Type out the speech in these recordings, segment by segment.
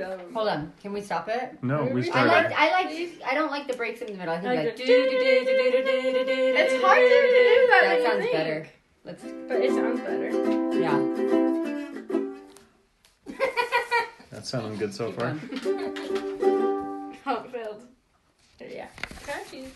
on. Can we stop it? No, we I started. like. I like. I don't like the breaks in the middle. I think I like. go- It's It's hard to harder to do do that. that That than you sounds think. better. Let's. But it sounds better. Yeah. That's sounding good so keep far. going. Heart filled. Yeah. Crunchy.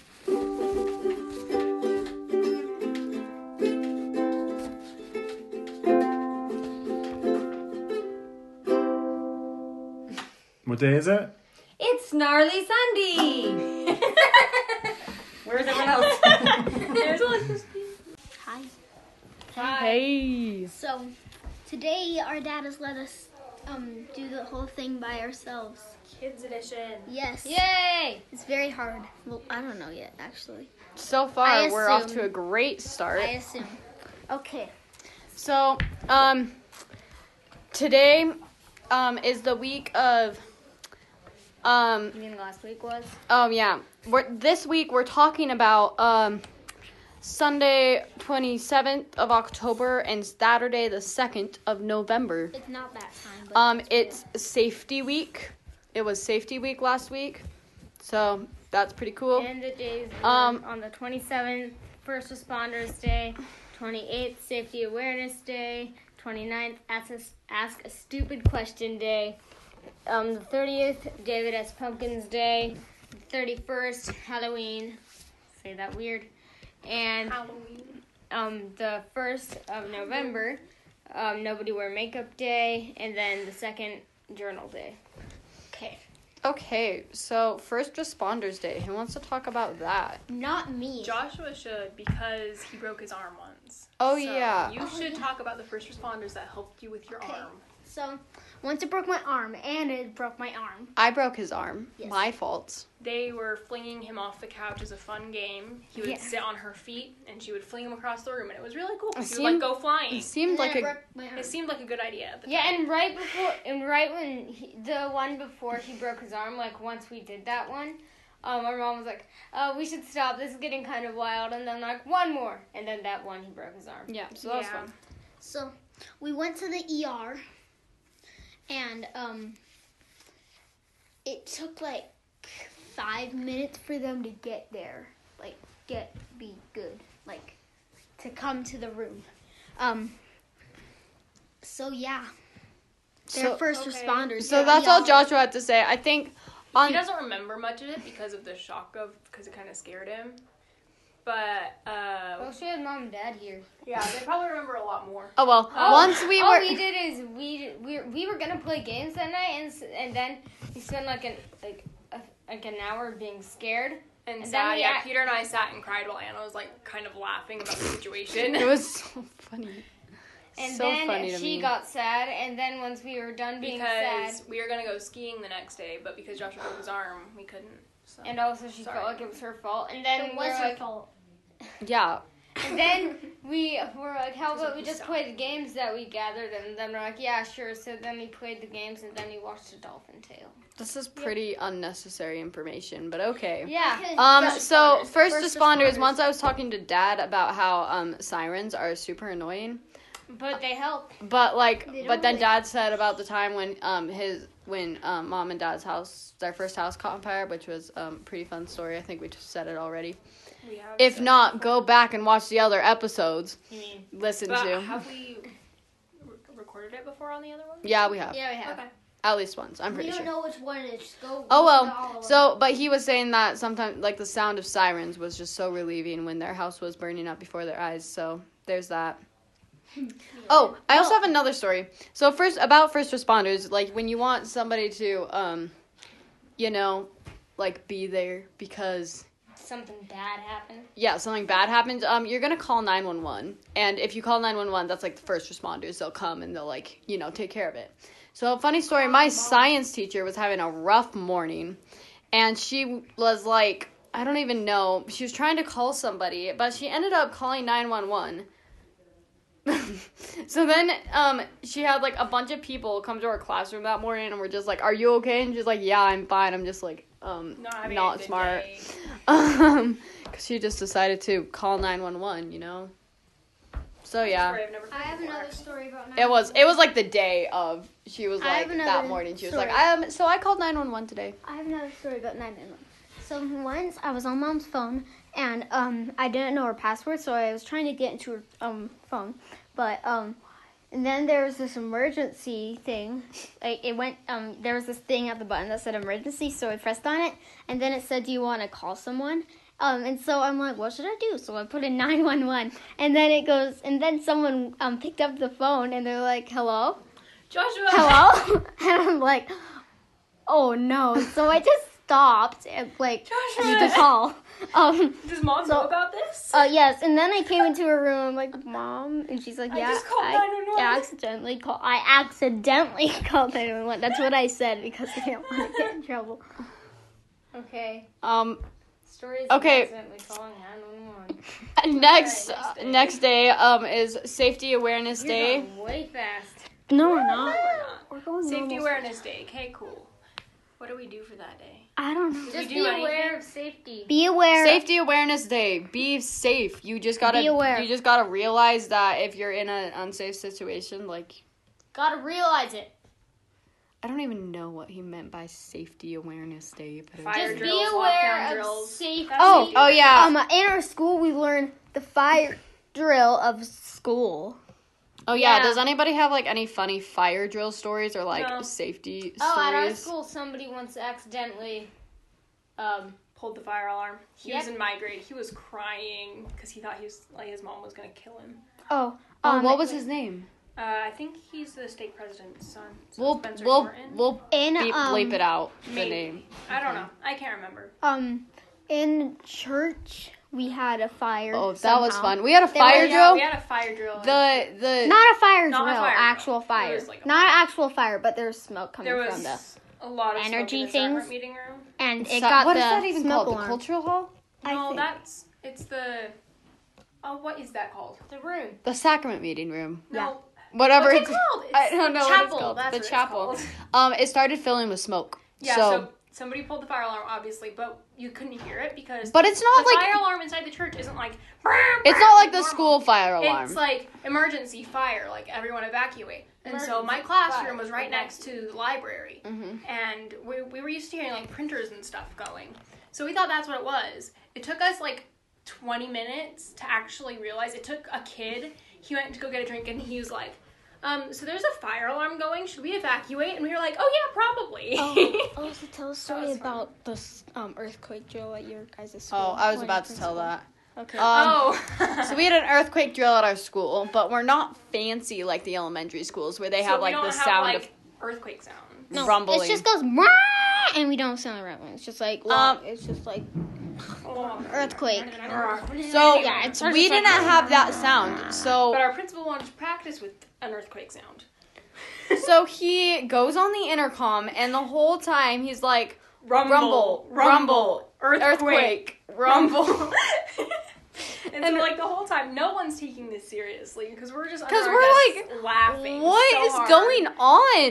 What day is it? Oh. It's gnarly Sunday. Where's everyone else? There's like Hi. Hey. So, today our dad has let us um, do the whole thing by ourselves. kids edition. Yes. Yay! It's very hard. Well, I don't know yet, actually. So I far, we're off to assume- a great start. I assume. Okay. So, um, today, um, is the week of, um, You mean last week was? oh yeah, we're, this week we're talking about, um, Sunday 27th of October and Saturday the 2nd of November. It's not that time, but Um, it's safety week. It was safety week last week. So, that's pretty cool. And the days were Um, on the 27th, First Responders Day, 28th, Safety Awareness Day, 29th, Ask a, Ask a Stupid Question Day, um, the 30th, David S. Pumpkins Day, the 31st, Halloween, say that weird, and Halloween. um, the 1st of November, um, Nobody Wear Makeup Day, and then the 2nd, Journal Day. okay. Okay, so first responders day. Who wants to talk about that? Not me. Joshua should because he broke his arm once. Oh So yeah. You Oh, should yeah. talk about the first responders that helped you with your Okay. arm. So, once it broke my arm, and it broke my arm. I broke his arm. Yes. My fault. They were flinging him off the couch as a fun game. He would Yeah. sit on her feet and she would fling him across the room, and it was really cool. I He see would like him- go flying. It seemed And then like I a broke my arm. It seemed like a good idea. At the Yeah, time. and right before, and right when he, the one before he broke his arm, like once we did that one, um, our mom was like, uh, "We should stop. This is getting kind of wild." And then like one more, and then that one he broke his arm. yeah. So that was Yeah. fun. So we went to the ER, and um, it took like five minutes for them to get there, like get be good, like to come to the room. Um. So yeah, they're So, first Okay. responders. so they're that's all ER. Joshua had to say. I think on he doesn't remember much of it because of the shock of because it kind of scared him. But uh, Well, she had mom and dad here. yeah, they probably remember a lot more. oh well. Oh, once we all were we did is we we we were gonna play games that night, and s- and then we spent like an like a, like an hour being scared. And, And sat, then we yeah, act- Peter and I sat and cried while Anna was like kind of laughing about the situation. it was so funny. And so then funny to she me. got sad, and then once we were done being sad, because we were gonna go skiing the next day, but because Joshua broke his arm, we couldn't. So. and also she Sorry. felt like it was her fault, and then It we was were her like, fault. yeah. And then we were like, how Doesn't about we he just suck? play the games that we gathered? And then we're like, yeah, sure. So then we played the games and then we watched the dolphin tail. This is pretty unnecessary information, but okay. Yeah. Um, First so responders. first, responders, once I was talking to dad about how um sirens are super annoying. But they help. But like, They but don't then really- Dad said about the time when um his when um mom and dad's house their first house caught on fire, which was um pretty fun story. I think we just said it already. we have If said- not, go back and watch the other episodes. Listen But to. have we re- recorded it before on the other one? yeah, we have Yeah, we have. Okay. at least once. I'm We pretty don't sure. know which one it is. Just go. Oh listen to all well. of them. So, but he was saying that sometimes, like the sound of sirens was just so relieving when their house was burning up before their eyes. So there's that. Oh, I also have another story. So first, about first responders, like when you want somebody to, um, you know, like be there because Something bad happened. yeah, something bad happens, um, you're gonna call nine one one, and if you call nine one one, that's like the first responders. They'll come and they'll like you know take care of it. So funny story, my science teacher was having a rough morning, and she was like, I don't even know, she was trying to call somebody, but she ended up calling nine one one. so then um she had like a bunch of people come to our classroom that morning and we're just like are you okay and she's like yeah i'm fine i'm just like um Not, having a not good smart day. um, 'cause she just decided to call 911, you know? So yeah, Sorry, I've never I have before. another story about it was it was like the day of. She was I have like that another morning. She was story. like, um. So I called nine one one today. I have another story about 911. So once I was on mom's phone and um I didn't know her password, so I was trying to get into her um phone, but um and then there was this emergency thing. Like it went um there was this thing at the button that said emergency, so I pressed on it and then it said do you want to call someone? Um, and so I'm like, what should I do? So I put in 911, and then it goes, and then someone um, picked up the phone, and they're like, hello? Joshua. hello? and I'm like, oh no. So I just stopped and like made the call. Um, Does mom So- know about this? uh, yes, and then I came into her room. I'm like, mom, and she's like, I yeah, just called 911. accidentally called. I accidentally called 911. That's what I said because I didn't want to get in trouble. Okay. Um. Stories. Okay. Accidentally calling 911. Next uh, Alright, next day. next day um is Safety Awareness You're Day. going way fast. No, we're not. We're not. We're going Safety normal. Awareness Day. Okay, cool. What do we do for that day? I don't know. Did Just we be do aware of safety. Be aware. Safety Awareness Day. Be safe. You just gotta Be aware. you just gotta realize that if you're in an unsafe situation, like Gotta realize it. I don't even know what he meant by Safety Awareness Day. But it was- Fire Just drills, be lockdown aware of drills. safety. oh oh yeah. Um, in our school, we learned the fire drill of school. oh yeah. yeah. Does anybody have like any funny fire drill stories or like No. safety Oh, at our stories? school, somebody once accidentally, um, Pulled the fire alarm. He was Yep. in my grade. He was crying because he thought he was like his mom was gonna kill him. Oh, Oh, um, what was his name? Uh, I think he's the state president's son. So We'll Spencer we'll Norton. we'll in beep, um, bleep it out the maybe. name. I don't know. I can't remember. um in church we had a fire. Oh, that was somehow. fun. We had a They fire were- drill. We had a fire drill. the the Not a fire Not a drill, fire drill. actual It fire. was like a- Not an actual fire, but there was smoke coming there from the was a lot of smoke energy in the servant things. meeting room. and So- it got what the is that even smoke called? alarm. The cultural hall? I no, think. that's it's the. Oh, what is that called? the room. The sacrament meeting room. No, Whatever what's it's it called? It's I don't know what it's Chapel. called. That's The what it's chapel. called. um it started filling with smoke. Yeah, so, so, somebody pulled the fire alarm, obviously, but you couldn't hear it because but it's the not like fire alarm inside the church isn't like. it's not like the normal. school fire alarm. It's like emergency fire, like everyone evacuate. And so my classroom was right next to the library, Mm-hmm. and we we were used to hearing like printers and stuff going. So we thought that's what it was. It took us like 20 minutes to actually realize. It took a kid. He went to go get a drink, and he was like. Um, so there's a fire alarm going. Should we evacuate? And we were like, "Oh yeah, probably." Oh. Um, I was to Oh, tell a story about the um, earthquake drill at your guys' school. oh, I was about to tell that. Okay. Um, oh, so we had an earthquake drill at our school, but we're not fancy like the elementary schools where they So have we like don't the have, sound like, of earthquake sound. rumbling. It just goes "Wah!" and we don't sound rumbling. It's just like Um, um, it's just like earthquake. so Yeah, it's we didn't have that sound. So But our principal wanted to practice with an earthquake sound. so he goes on the intercom and the whole time he's like rumble, rumble, earthquake, rumble. and so, like the whole time, no one's taking this seriously because we're just because 'Cause we're, like laughing. What so is hard. going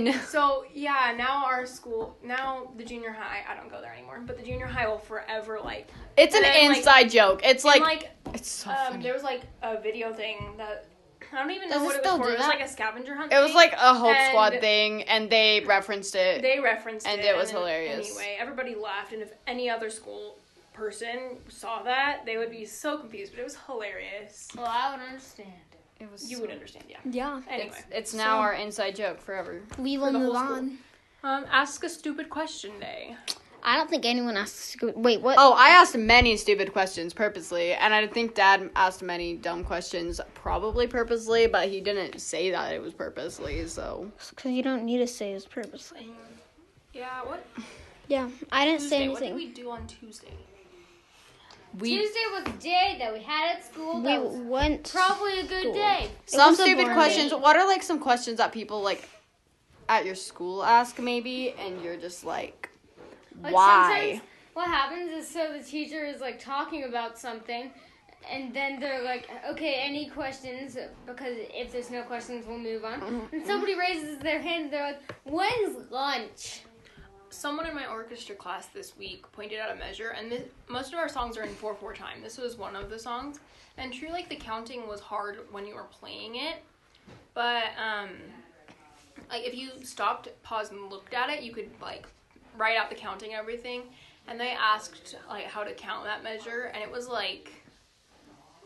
on? So yeah, now our school, now the junior high. I don't go there anymore, but the junior high will forever like It's an And then, like- inside joke. It's like, and, like it's so um, funny. there was like a video thing that I don't even know Does it what it still was for. do It was that? like a scavenger hunt. it was thing. like a Hope and- Squad thing, and they referenced it. they referenced And it, it was then hilarious. Anyway, everybody laughed, and if any other school person saw that, they would be so confused. But it was hilarious. Well, I would understand. it was You so- would understand, yeah. Yeah, Anyway, It's, it's now our inside joke forever. we will the whole move school. on. um, ask a stupid question day. I don't think anyone asked. Wait, what? Oh, I asked many stupid questions purposely, and I think Dad asked many dumb questions probably purposely, but he didn't say that it was purposely. So Because you don't need to say this purposely. Yeah, what Yeah, I didn't Tuesday? say What did anything. we do on Tuesday? we Tuesday was a day that we had at school. We That was went. probably a good day. some was a stupid boring questions. day. What are like some questions that people like at your school ask maybe, and you're just like, Like, why? sometimes What happens is so the teacher is like talking about something, and then they're like, okay, any questions? Because if there's no questions, we'll move on. And somebody raises their hand. They're like, when's lunch? someone in my orchestra class this week pointed out a measure, and this, most of our songs are in 4 4 time. This was one of the songs. And true, like, the counting was hard when you were playing it, but, um, like, if you stopped, paused, and looked at it, you could, like, write out the counting and everything. And they asked, like, how to count that measure, and it was like,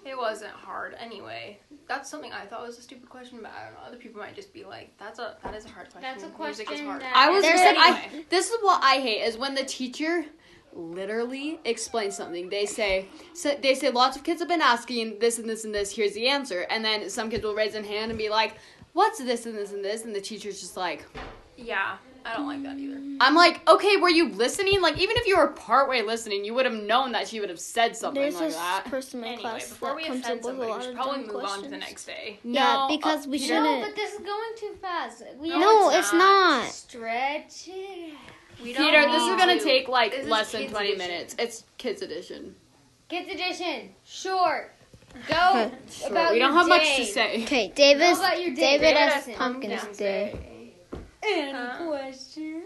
it wasn't hard anyway. That's something I thought was a stupid question, but I don't know. Other people might just be like, "That's a that is a hard question." That's a Music is question hard. that- I was There's just a- I this is what I hate is when the teacher literally explains something. They say so they say lots of kids have been asking this and this and this, here's the answer. And then some kids will raise a hand and be like, What's this and this and this? And the teacher's just like Yeah, I don't like that either. I'm like, okay, were you listening? Like even if you were partway listening, you would have known that she would have said something There's like this that. person in my Anyway, class before that we comes offend up with a somebody, we lot should of probably dumb move questions. on to the next day. yeah, No, because we shouldn't. No, but this is going too fast. We No, No, it's it's not. not. stretch it. out. We don't Peter, this need is gonna to- take like This is less than kids' twenty edition. minutes. It's kids edition. Kids edition. Short. Go Sure, about we don't your have much day. to say. Okay, How Davis. about your day? David David S. S. Pumpkin's Pumpkin's Day. Any Huh? question?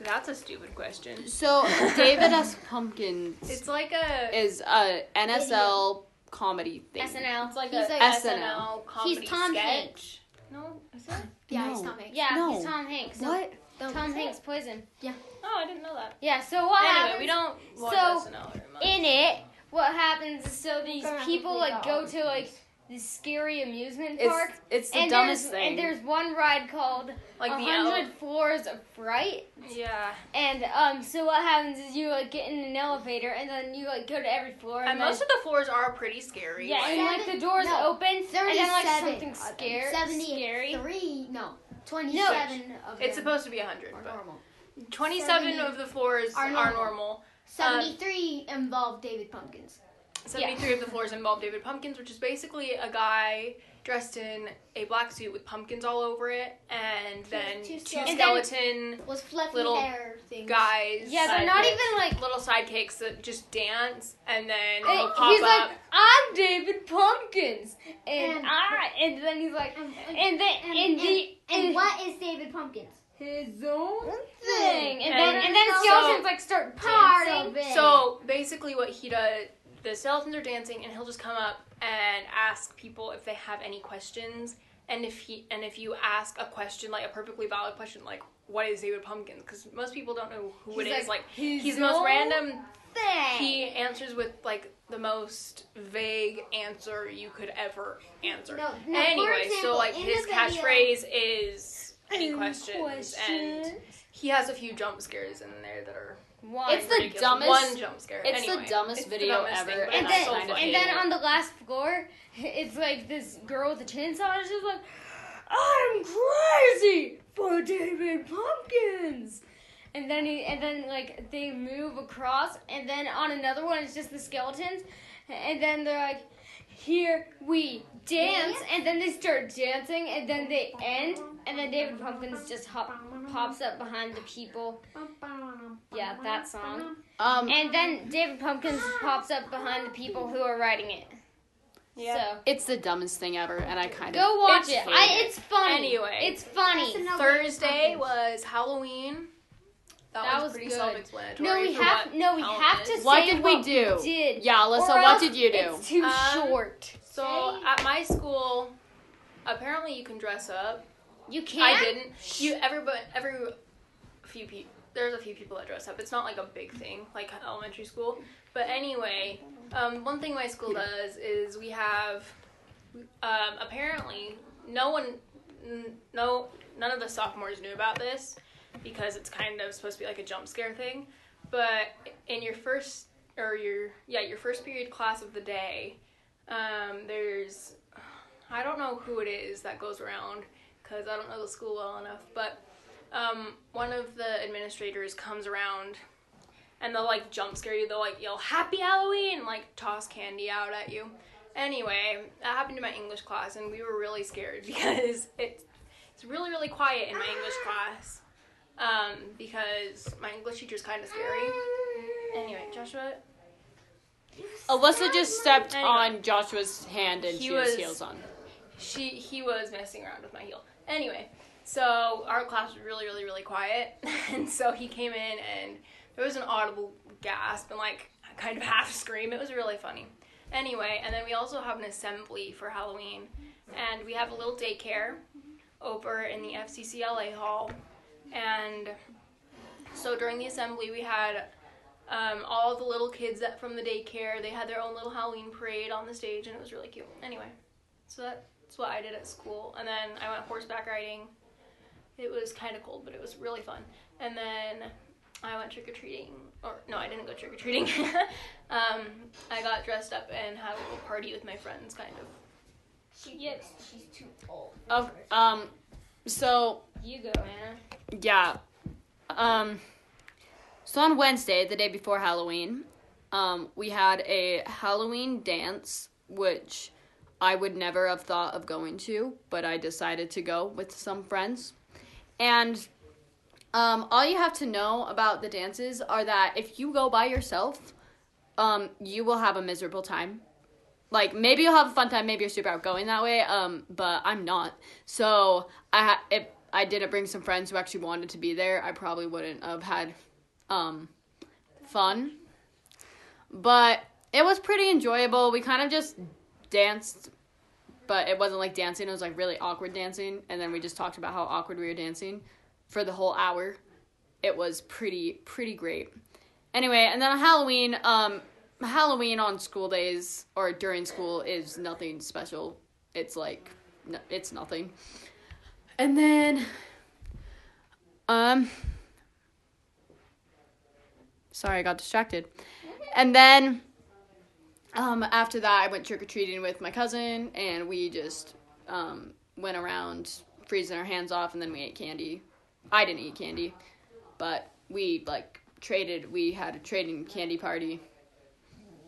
That's a stupid question. So David S. Pumpkins It's like a is a NSL comedy thing. SNL. it's like He's a like- SNL comedy He's Tom sketch. Hanks. No, is it? Yeah, No. he's Tom Hanks. Yeah, No. he's Tom Hanks. No, What? Tom Hanks poison. Oh, I didn't know that. Yeah. So what Anyway, happens we don't watch So, SNL very much. in it? What happens is so these Burn people the like go dog. to like this scary amusement It's park. it's the and dumbest there's, thing. And there's one ride called like the hundred ele- floors of fright. yeah. And um, so what happens is you like get in an elevator and then you like go to every floor and, And then, most of the floors are pretty scary. yeah, Like, and like the doors No, open and then like 37 something scary, scary. Three, uh, no, twenty-seven of them it's supposed to be Uh, 100, are but normal. 27 70 of the floors are are normal. normal. Seventy-three involve David Pumpkins. 73 of the floors involve David Pumpkins, which is basically a guy dressed in a black suit with pumpkins all over it, and then two two, skeletons. skeleton Was fluffy Little hair things. guys. Yeah, they're not sidekicks, even like. little sidekicks that just dance, and then Hey, it'll pop he's up. like, I'm David Pumpkins, and, And- I, and then he's like, And, and, and then and, and, the and and what is David Pumpkins? his own thing. thing, and, And- then and then So- skeletons like start Part dancing. of it. So basically, what he does, the skeletons are dancing, and he'll just come up and ask people if they have any questions. And if he and if you ask a question, like a perfectly valid question, like what is David Pumpkins? Because most people don't know who it is. Like, he's, the most own random. thing. He answers with like the most vague answer you could ever answer. No, no, for anyway, example, so like in his the video- catchphrase is any Any questions, and he has a few jump scares in there that are One. It's the ridiculous. dumbest- One jump scare. it's the Anyway, dumbest it's the video dumbest ever, thing, but and and it's then, so I and funny. then on the last floor, it's like this girl with a chainsaw is just like, I'm crazy for David Pumpkins. And then he, and then like they move across, and then on another one it's just the skeletons, and then they're like, here we dance, and then they start dancing, and then they end, and then David Pumpkins just hop, pops up behind the people. Yeah, that song. um, And then David Pumpkins pops up behind the people who are writing it. Yeah. it's the dumbest thing ever, and I kind So of go watch it's it. funny. I, it's funny. Anyway. it's funny. That's another Thursday Pumpkins. was Halloween. That, That was, was pretty good. self-explanatory. No, we for have what no, we Halloween have is. to say What did we what do? We did. yeah, Alyssa, Or what else did you do? It's too Um, short. So at my school, apparently you can dress up. You can't. I didn't. You everybody every few people. There's a few people that dress up. It's not like a big thing, like elementary school. But anyway, um, one thing my school does is we have um, apparently no one, n- no none of the sophomores knew about this because it's kind of supposed to be like a jump scare thing. But in your first or your yeah your first period class of the day, um, there's I don't know who it is that goes around because I don't know the school well enough. But um, one of the administrators comes around and they'll like jump scare you. They'll like yell "Happy Halloween" and like toss candy out at you. Anyway, that happened to my English class, and we were really scared because it's it's really really quiet in my English class um, because my English teacher's kind of scary. Anyway, Joshua, Alyssa just stepped Anyway. on Joshua's hand and He she was was- heels on. she he was messing around with my heel. Anyway, So our class was really, really, really quiet, and so he came in and there was an audible gasp and like kind of half scream. It was really funny. Anyway, and then we also have an assembly for Halloween, and we have a little daycare over in the FCCLA hall, and so during the assembly we had um, all the little kids that from the daycare. They had their own little Halloween parade on the stage, and it was really cute. Anyway, so that's what I did at school, and then I went horseback riding. It was kind of cold, but it was really fun. And then I went trick or treating, or no, I didn't go trick or treating. um, I got dressed up and had a little party with my friends, kind of. She, yes, she's too old. Of um, so You go, Anna. yeah, um, so on Wednesday, the day before Halloween, um, we had a Halloween dance, which I would never have thought of going to, but I decided to go with some friends, and. Um, all you have to know about the dances are that if you go by yourself, um, you will have a miserable time. like maybe you'll have a fun time maybe you're super outgoing that way um but i'm not so i ha- if i didn't bring some friends who actually wanted to be there i probably wouldn't have had um fun but it was pretty enjoyable we kind of just danced but it wasn't like dancing it was like really awkward dancing and then we just talked about how awkward we were dancing for the whole hour it was pretty pretty great anyway and then on halloween um halloween on school days or during school is nothing special it's like no, it's nothing and then um sorry i got distracted and then um after that i went trick-or-treating with my cousin and we just um went around freezing our hands off and then we ate candy i didn't eat candy but we like traded we had a trading candy party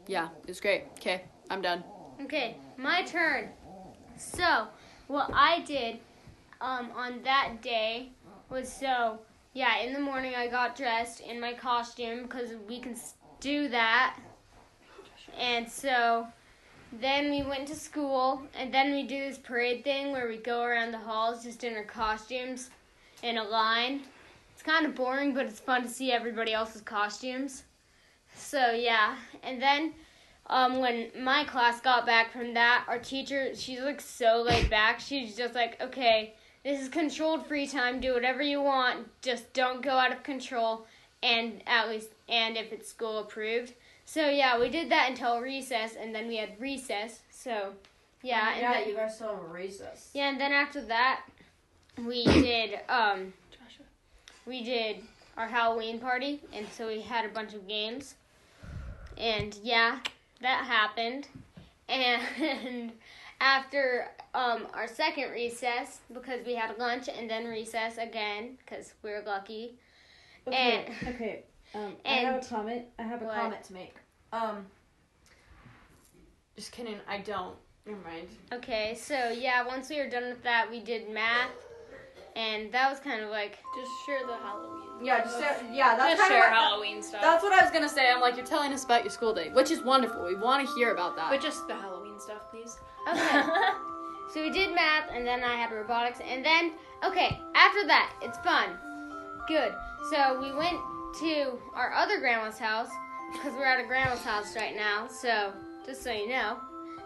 yeah it was great okay i'm done Okay, my turn. So, what I did um, on that day was so, yeah, in the morning I got dressed in my costume because we can s- do that. And so, then we went to school, and then we do this parade thing where we go around the halls just in our costumes in a line. It's kind of boring, but it's fun to see everybody else's costumes. So, yeah, and then um, when my class got back from that, our teacher, she's like so laid back. She's just like, okay, this is controlled free time. Do whatever you want. Just don't go out of control. And at least, and if it's school approved. So yeah, we did that until recess, and then we had recess. So yeah, and yeah, then, you guys still have a recess. yeah, and then after that, we did um, Joshua. we did our Halloween party, and so we had a bunch of games, and yeah, that happened, and after um our second recess because we had lunch and then recess again because we were lucky. Okay. And- okay. Um, I and- have a comment. I have a What? comment to make. Um, just kidding i don't never mind Okay, so yeah, once we were done with that, we did math, and that was kind of like Just share the Halloween. yeah, just yeah. That's kind Just of share what, Halloween stuff. that's what i was gonna say i'm like you're telling us about your school day which is wonderful we want to hear about that but just the Halloween stuff, please. okay. So we did math, and then I had robotics, and then okay. After that, it's fun, good. So we went to our other grandma's house because we're at a grandma's house right now. So just so you know,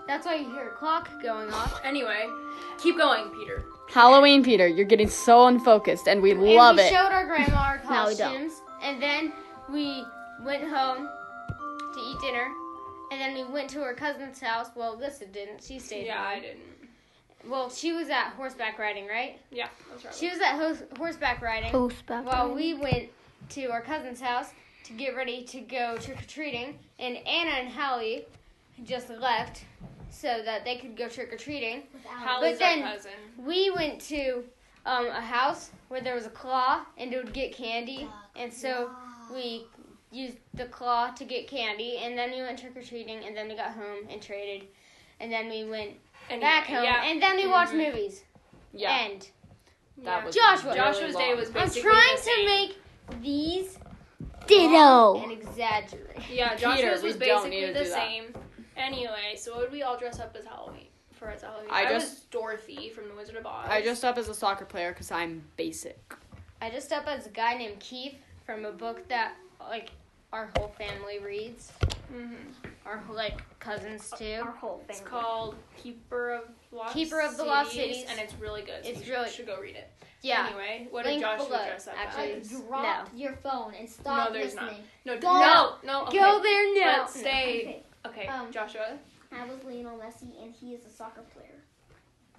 that's why you hear a clock going off. anyway, keep going, Peter. halloween peter you're getting so unfocused and we love and we it showed our grandma our No, we don't. costumes, and then we went home to eat dinner, and then we went to her cousin's house. Well, Alyssa didn't; she stayed. Yeah, I home. didn't. Well, she was at horseback riding, right? Yeah, that's right. She was at hos horseback riding. Horseback. Well, we went to our cousin's house to get ready to go trick or treating, and Anna and Hallie just left so that they could go trick or treating. Hallie's But then- our cousin. We went to um, a house where there was a claw, and it would get candy, and so we used the claw to get candy, and then we went trick or treating, and then we got home and traded, and then we went Anyway, back home, Yeah. and then we watched movies. yeah End. that was Joshua. really Joshua's day long. was I'm basically trying the to same. make these Ditto. and exaggerate. Yeah, Peter, Joshua's we was don't need basically to the do that. same. Anyway, so what did we all dress up as Halloween for as a Halloween. I I, was just- Dorothy from The Wizard of Oz. I dressed up as a soccer player because I'm basic. I just up as a guy named Keith from a book that like our whole family reads. Mhm. Our whole, like cousins too. Our whole It's thing. called Keeper of Lost Keeper of the Lost Cities, Cities. and it's really good. So It's you really- should go read it. Yeah. Anyway, what Link did Joshua below, dress up actually. I as? dropped Uh, your phone and No, stopped there's listening. not. No, Go- no, no. Okay. Go there now. Let's stay. Okay. Okay, Um, Joshua. I was Lionel Messi and he is a soccer player.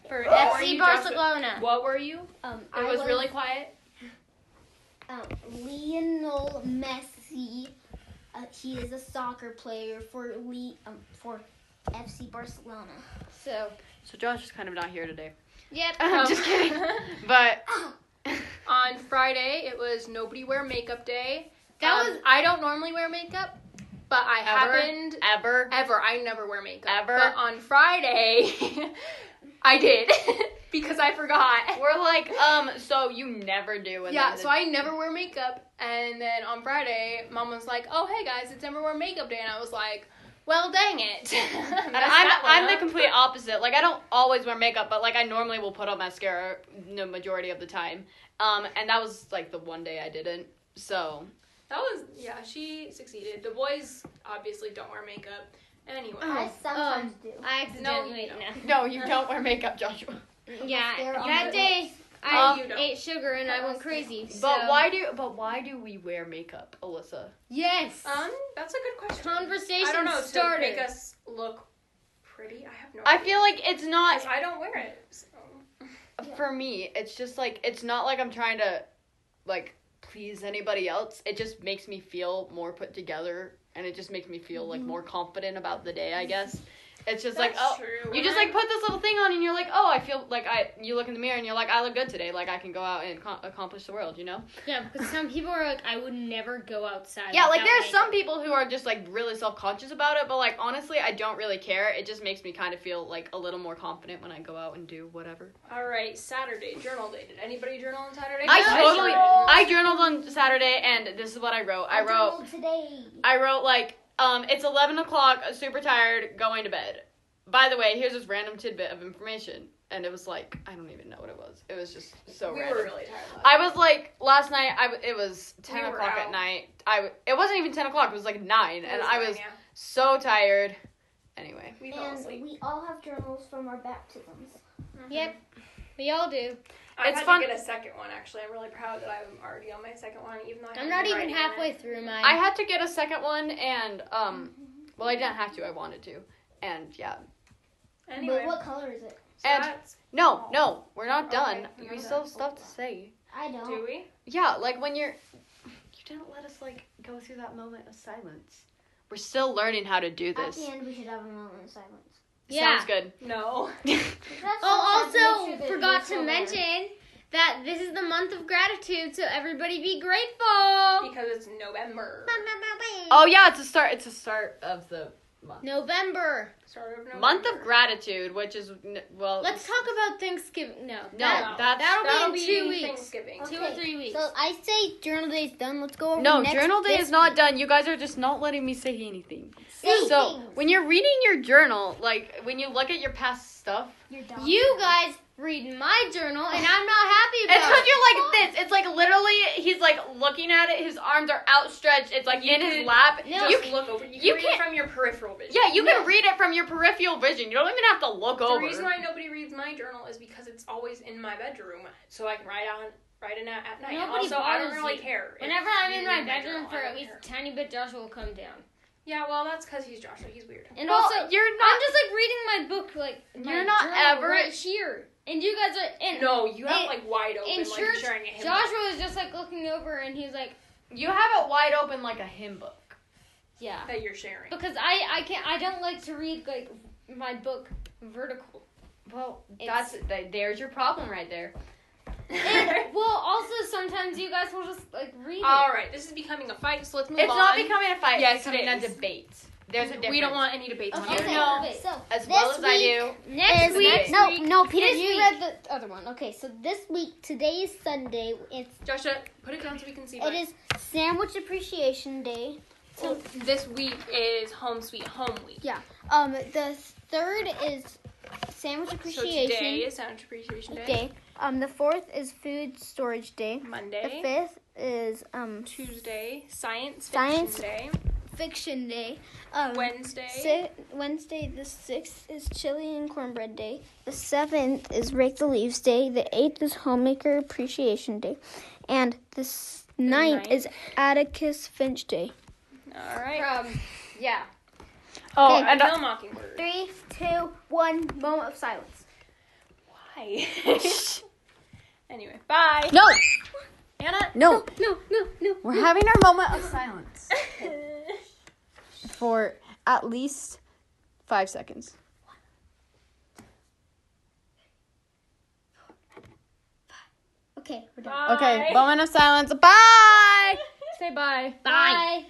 For What were FC you, Joshua? Barcelona. What were you? Um, It I was really quiet. um, Lionel Messi. Uh, he is a soccer player for Le- um, for FC Barcelona. So So Josh is kind of not here today. yep. I'm Oh. just kidding. But On Friday, it was Nobody Wear Makeup Day. That Um, was- I don't normally wear makeup, but I Ever? happened ever, ever. I never wear makeup. Ever? But on Friday, I did because I forgot. we're like, um, so you never do. and Yeah, then so I never wear makeup, and then on Friday, mom was like, "Oh, hey guys, it's Never Wear Makeup Day," and I was like, "Well, dang it!" And I'm I'm the complete opposite. Like I don't always wear makeup, but like I normally will put on mascara the majority of the time. Um, and that was like the one day I didn't. So That was yeah. She succeeded. The boys obviously don't wear makeup. Anyway, Oh, Oh. I sometimes do. I No, you accidentally don't. no, you don't wear makeup, Joshua. Yeah, They're on that the day Oh, I you don't. ate sugar and I went Us. crazy. But so- um, why do but why do we wear makeup, Alyssa? Yes. um, that's a good question. Conversation I don't know started. to make us look pretty. I have no. I idea. feel like it's not 'Cause I don't wear it. So. for me. It's just like it's not like I'm trying to like please anybody else. It just makes me feel more put together, and it just makes me feel like more confident about the day. I guess it's just like That's oh. true. You just like put this little thing on, and you're like, oh, I feel like I. You look in the mirror, and you're like, I look good today. Like I can go out and co- accomplish the world, you know. Yeah, because some people are like, I would never go outside. Yeah, like without there's makeup." some people who are just like really self conscious about it, but like honestly, I don't really care. It just makes me kind of feel like a little more confident when I go out and do whatever. All right, Saturday journal day. Did anybody journal on Saturday? I No, totally. journaled. I journaled on Saturday, and this is what I wrote. I wrote. journaled today. I wrote like, um, it's eleven o'clock. Super tired. Going to bed. By the way, here's this random tidbit of information, and it was like I don't even know what it was. It was just so we random. were really tired. last I was like last night. I w- it was ten We were o'clock out. at night. I w- it wasn't even ten o'clock. It was like nine, night. and It I fine, was yeah. so tired. Anyway, We fell And asleep. we all have journals from our baptisms. Yep, we all do. I It's had fun- to get a second one actually. I'm really proud that I'm already on my second one, even though I I'm haven't not been even writing on halfway it. through mine. I had to get a second one, and um, well, I didn't have to. I wanted to, and yeah. Anyway, But what color is it? so and- that's- No, no, we're not done. Oh. Okay, you're we not still done. Oh, have stuff to say. I don't. do we? Yeah, like when you're, you didn't let us like go through that moment of silence. We're still learning how to do At this. the end, we should have a moment of silence. Yeah. Sounds good. No. oh, also forgot to mention that this is the month of gratitude, so everybody be grateful. Because it's November. Oh yeah, it's a start. It's a start of the November. Start of November. month of gratitude, which is n- well. Let's talk about Thanksgiving. No, no, that- that's that'll be that'll in be two weeks. Thanksgiving. two or three weeks. So I say journal day's done. Let's go over No, next journal day is business. not done. You guys are just not letting me say anything. Say so things. when you're reading your journal, like when you look at your past stuff, You're done. you guys read my journal, and I'm not happy it's about. because you're like this. It's like literally, he's like looking at it. His arms are outstretched. It's like in his could lap. No. you Just look over. You, you can read can't- it from your peripheral vision. Yeah, you can read it from your peripheral vision. You don't even have to look The over. reason why nobody reads my journal is because it's always in my bedroom, so I can write on write it out at night. And Nobody also, I don't bothers really you. care. if Whenever I'm you in read my bedroom journal, for I at don't least care. a tiny bit, Joshua will come down. Yeah, well, that's because he's Joshua. He's weird. And Well, also, you're I'm not. just like reading my book, like my You're not journal ever- right here, and you guys are and No, you have And- like wide open, in like church, staring at him. Joshua is just like looking over, and he's like, you have it wide open like a hymn book. yeah, that you're sharing. because I I can't I don't like to read like my book vertical. Well, It's- that's th- there's your problem right there. And well, also sometimes you guys will just like read. it. All right, this is becoming a fight, so let's move It's on. not becoming a fight. Yes, it's becoming it a is. debate. There's a difference. We don't want any debates on You Okay, it. know so as this well as I week do. Next is- week, no, no, Peter, This you week. read the other one. Okay, so this week, today is Sunday. It's Joshua, put it down so we can see. it is Sandwich Appreciation Day. this week is home sweet home week. Um, the third is Sandwich So today Appreciation is Sandwich Appreciation Day. Day. Um, the fourth is Food Storage Day. The Monday. fifth is um Tuesday. Science Fiction Science Day. Fiction Day. Um, Wednesday. Si- Wednesday the sixth is chili and cornbread day. The seventh is rake the leaves day. The eighth is homemaker appreciation day, and the s- ninth is Atticus Finch day. All right. Um, yeah. Oh, Okay. and I Kill Mockingbird. Three, two, one. Moment of silence. Why? anyway, bye. no, Anna. no, No, no, no. we're having our moment of silence for at least five seconds. Okay, we're done. Bye. Okay, moment of silence. Bye. Say bye. Bye.